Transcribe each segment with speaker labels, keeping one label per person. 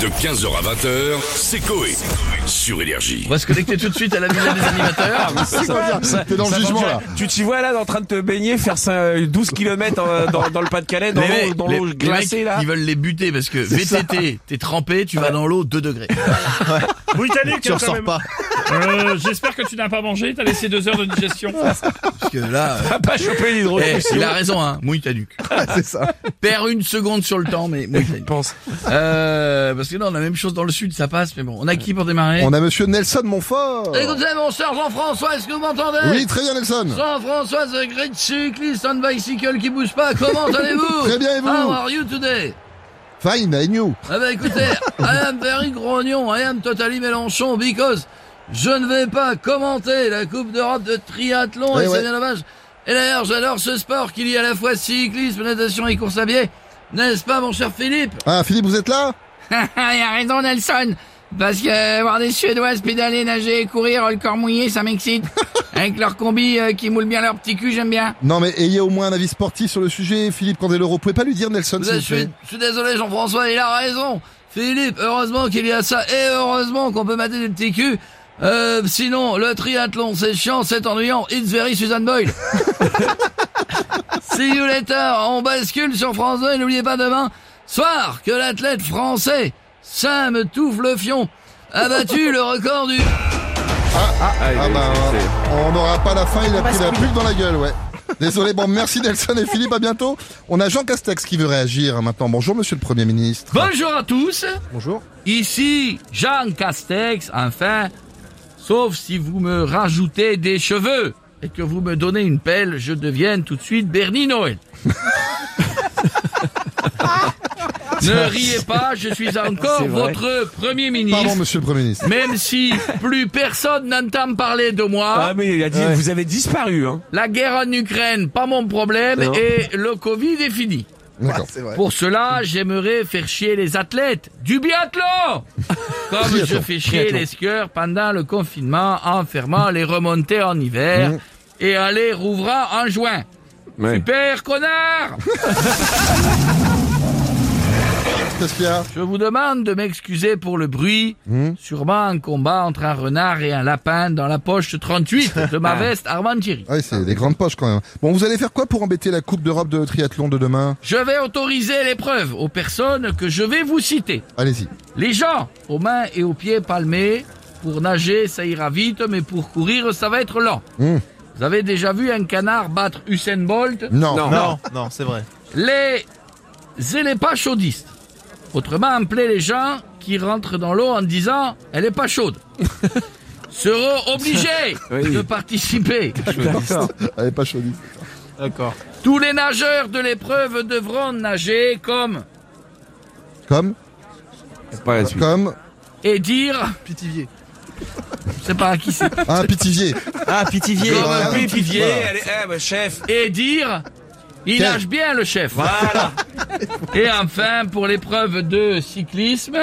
Speaker 1: De 15h à 20h, c'est Coé. Sur Énergie.
Speaker 2: On va se connecter tout de suite à la musique des
Speaker 3: Ah,
Speaker 2: animateurs.
Speaker 3: T'es dans le jugement là.
Speaker 4: Tu t'y vois là en train de te baigner, faire ça, euh, 12 km dans, dans le Pas-de-Calais, dans
Speaker 2: Les
Speaker 4: l'eau
Speaker 2: mecs-
Speaker 4: dans
Speaker 2: les-
Speaker 4: l'eau
Speaker 2: les
Speaker 4: glacée
Speaker 2: mecs,
Speaker 4: là.
Speaker 2: Ils veulent les buter parce que VTT, t'es trempé, tu vas dans l'eau 2 degrés.
Speaker 5: Britannique, hein,
Speaker 3: Tu
Speaker 5: quand
Speaker 3: ressors
Speaker 5: même.
Speaker 3: pas.
Speaker 5: Euh, J'espère que tu n'as pas mangé, t'as laissé deux heures de digestion.
Speaker 2: Parce que là,
Speaker 5: Ah,
Speaker 2: euh,
Speaker 4: Pas choper l'hydrogène.
Speaker 2: eh, il a raison, hein, mouille ta nuque.
Speaker 3: C'est ça.
Speaker 2: Perds une seconde sur le temps, mais mouille ta nuque.
Speaker 4: pense.
Speaker 2: Euh, parce que là, on a la même chose dans le sud, ça passe, mais bon. On a qui pour démarrer
Speaker 3: On a monsieur Nelson Montfort.
Speaker 2: Écoutez, mon cher Jean-François, est-ce que vous m'entendez
Speaker 3: Oui, très bien Nelson.
Speaker 2: Jean-François, the great cyclist on bicycle qui bouge pas, comment allez-vous
Speaker 3: Très bien, et vous
Speaker 2: How are you today
Speaker 3: Fine, and you.
Speaker 2: Ah bah écoutez, I am very grognon, I am totally Mélenchon, because je ne vais pas commenter la Coupe d'Europe de triathlon,
Speaker 3: Ouais,
Speaker 2: et
Speaker 3: ouais.
Speaker 2: c'est bien dommage. Et d'ailleurs, j'adore ce sport qui lie à la fois cyclisme, natation et course à pied. N'est-ce pas, mon cher Philippe
Speaker 3: Ah, Philippe, vous êtes là
Speaker 6: Il a raison Nelson Parce que voir des Suédoises pédaler, nager, courir, le corps mouillé, ça m'excite. Avec leur combi euh, qui moule bien leur petit cul, j'aime bien.
Speaker 3: Non, mais ayez au moins un avis sportif sur le sujet, Philippe Candeloro. Vous pouvez pas lui dire Nelson,
Speaker 6: Je
Speaker 3: s'il vous
Speaker 6: suis,
Speaker 3: plaît.
Speaker 6: je suis désolé Jean-François, il a raison. Philippe, heureusement qu'il y a ça et heureusement qu'on peut mater des petits culs. Euh, sinon, le triathlon, c'est chiant, c'est ennuyant. It's very Susan Boyle. See you later. On bascule sur France 2 et n'oubliez pas demain soir que l'athlète français Sam Touflefion a battu le record du...
Speaker 3: Ah bah, on n'aura pas la fin, il a pris la pub dans la gueule, ouais. Désolé, bon, merci Nelson et Philippe, à bientôt. On a Jean Castex qui veut réagir hein, maintenant. Bonjour, monsieur le Premier ministre.
Speaker 6: Bonjour à tous.
Speaker 3: Bonjour.
Speaker 6: Ici Jean Castex, enfin, sauf si vous me rajoutez des cheveux et que vous me donnez une pelle, je deviens tout de suite Bernie Noël. ne riez pas, je suis encore votre Premier ministre,
Speaker 3: Pardon, monsieur le Premier ministre.
Speaker 6: même si plus personne n'entend parler de moi.
Speaker 4: Ah mais il a dit, vous avez disparu hein.
Speaker 6: La guerre en Ukraine, pas mon problème,
Speaker 4: Non.
Speaker 6: et le Covid est fini.
Speaker 3: D'accord. c'est vrai.
Speaker 6: Pour cela, j'aimerais faire chier les athlètes du biathlon Comme je
Speaker 3: Triathlon,
Speaker 6: fais chier les skieurs pendant le confinement en fermant les remontées en hiver
Speaker 3: Mhm.
Speaker 6: et en les rouvrant en juin. Super connard
Speaker 3: Qu'est-ce qu'il y a
Speaker 6: Je vous demande de m'excuser pour le bruit, sûrement un combat entre un renard et un lapin dans la poche 38 de ma veste Armand Thierry.
Speaker 3: Ah oui, c'est des grandes poches quand même. Bon, vous allez faire quoi pour embêter la Coupe d'Europe de triathlon de demain
Speaker 6: Je vais autoriser l'épreuve aux personnes que je vais vous citer.
Speaker 3: Allez-y.
Speaker 6: Les gens, aux mains et aux pieds palmés, pour nager, ça ira vite, mais pour courir, ça va être lent.
Speaker 3: Mmh.
Speaker 4: Hmm.
Speaker 6: Vous avez déjà vu un canard battre Usain Bolt
Speaker 3: Non.
Speaker 7: Non, non, c'est vrai.
Speaker 6: Les élépachaudistes, autrement appelés les gens qui rentrent dans l'eau en disant « elle est pas chaude », seront obligés
Speaker 4: Oui.
Speaker 6: de participer.
Speaker 4: D'accord.
Speaker 3: Allez, pas chaudie.
Speaker 6: Tous les nageurs de l'épreuve devront nager comme
Speaker 3: Comme Comme
Speaker 6: et dire...
Speaker 7: Pitivier.
Speaker 6: Je sais pas à qui c'est.
Speaker 3: Ah, Pitivier.
Speaker 7: Ah, Pitivier.
Speaker 6: Comme
Speaker 3: Voilà.
Speaker 4: Oui Pivier,
Speaker 3: Voilà.
Speaker 4: allez, eh bah, chef. Ah,
Speaker 6: et dire il
Speaker 3: Quel-
Speaker 6: nage bien le chef.
Speaker 4: Voilà.
Speaker 6: Et enfin, pour l'épreuve de cyclisme,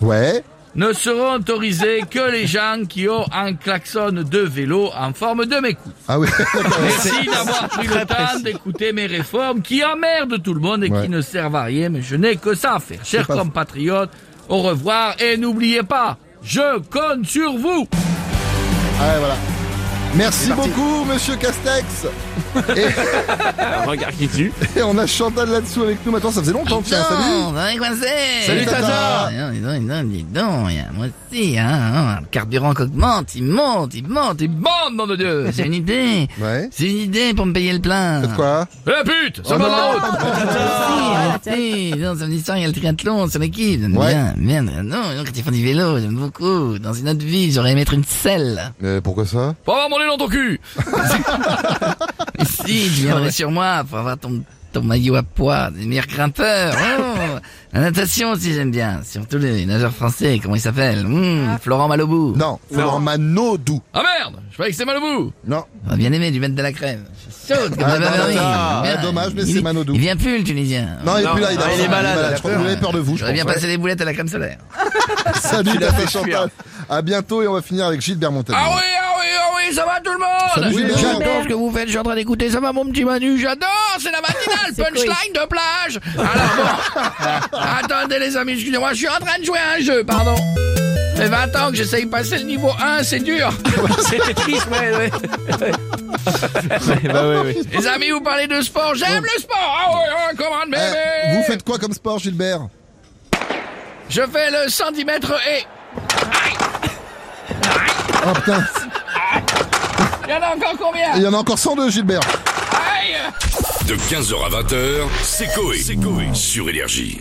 Speaker 3: Ouais.
Speaker 6: ne seront autorisés que les gens qui ont un klaxon de vélo en forme de mécou.
Speaker 3: Ah oui.
Speaker 6: Merci d'avoir pris le temps d'écouter mes réformes qui emmerdent tout le monde et
Speaker 3: Ouais.
Speaker 6: qui ne servent à rien, mais je n'ai que ça à faire. Chers
Speaker 3: pas-
Speaker 6: compatriotes, au revoir et n'oubliez pas, je compte sur vous.
Speaker 3: Ah, voilà. Merci beaucoup, monsieur Castex.
Speaker 4: Regarde qui tue.
Speaker 3: Et on a Chantal là-dessous avec nous maintenant. Ça faisait longtemps, tiens. Ah,
Speaker 6: Ah,
Speaker 3: Salut.
Speaker 6: va coincer
Speaker 3: Salut, Tata.
Speaker 6: Ah, Dis donc, dis donc, dis donc, il y a moi aussi, hein, hein, le carburant qu'augmente, il monte, il monte, il monte, nom de Dieu euh, C'est une idée
Speaker 3: Ouais.
Speaker 6: C'est une idée pour me payer le plein
Speaker 3: Faites quoi
Speaker 6: Eh pute Ça
Speaker 3: Oh
Speaker 6: va
Speaker 3: non.
Speaker 6: la route Ah, Si, non, samedi soir, il y a le triathlon, c'est l'équipe J'aime
Speaker 3: Ouais.
Speaker 6: bien, ah, merde, non, non, quand ils font du vélo, j'aime beaucoup Dans une autre vie, j'aurais aimé être une selle
Speaker 3: Mais Euh, pourquoi ça
Speaker 6: Pour avoir mon nez dans ton cul Si, tu viendrais sur moi pour avoir ton, ton maillot à poids, des meilleurs grimpeurs Oh, La natation aussi, j'aime bien Surtout les nageurs français, comment ils s'appellent Hmm, Florent Malobou
Speaker 3: Non. Florent Manodou.
Speaker 6: Ah merde Je croyais que c'est Malobou
Speaker 3: Non.
Speaker 6: J'aurais bien aimé lui mettre de la crème Je suis sûr que
Speaker 3: Ah,
Speaker 6: t'aurais
Speaker 3: non,
Speaker 6: bien
Speaker 3: non,
Speaker 6: aimé.
Speaker 3: non.
Speaker 6: Il vient-
Speaker 3: Ah, dommage, mais
Speaker 6: il-
Speaker 3: c'est Manodou.
Speaker 6: Il vient plus, le Tunisien
Speaker 3: Non, il est plus là.
Speaker 7: Ah, il est
Speaker 3: absent,
Speaker 7: malade,
Speaker 3: Je crois qu'il avait peur de vous. je
Speaker 6: J'aurais bien
Speaker 3: pense.
Speaker 6: passé les boulettes à la crème solaire
Speaker 3: Salut, Tata Chantal. À bientôt et on va finir avec Gilbert Montagnier.
Speaker 6: Ah oui, ah oui, ah oui,
Speaker 7: Salut, ça va tout le monde
Speaker 3: Salut, Oui, Gilbert.
Speaker 7: J'adore ce que vous faites, je suis en train d'écouter ça va mon petit Manu, j'adore, c'est la matinale, punchline de plage Alors bon, attendez les amis, excusez-moi, je suis en train de jouer à un jeu, pardon. Ça fait 20 ans que j'essaye de passer le niveau 1, c'est dur
Speaker 4: C'était triste, ouais, ouais.
Speaker 3: Eh,
Speaker 7: Les amis, vous parlez de sport, j'aime le sport Ah ouais, ouais, comment de
Speaker 3: Eh,
Speaker 7: bébé
Speaker 3: vous faites quoi comme sport, Gilbert
Speaker 7: Je fais le 110 mètres et...
Speaker 3: Oh putain,
Speaker 7: Il y en a encore combien
Speaker 3: il y en a encore 102, Gilbert.
Speaker 7: Aïe
Speaker 1: De 15h à 20h, c'est Coé sur Énergie.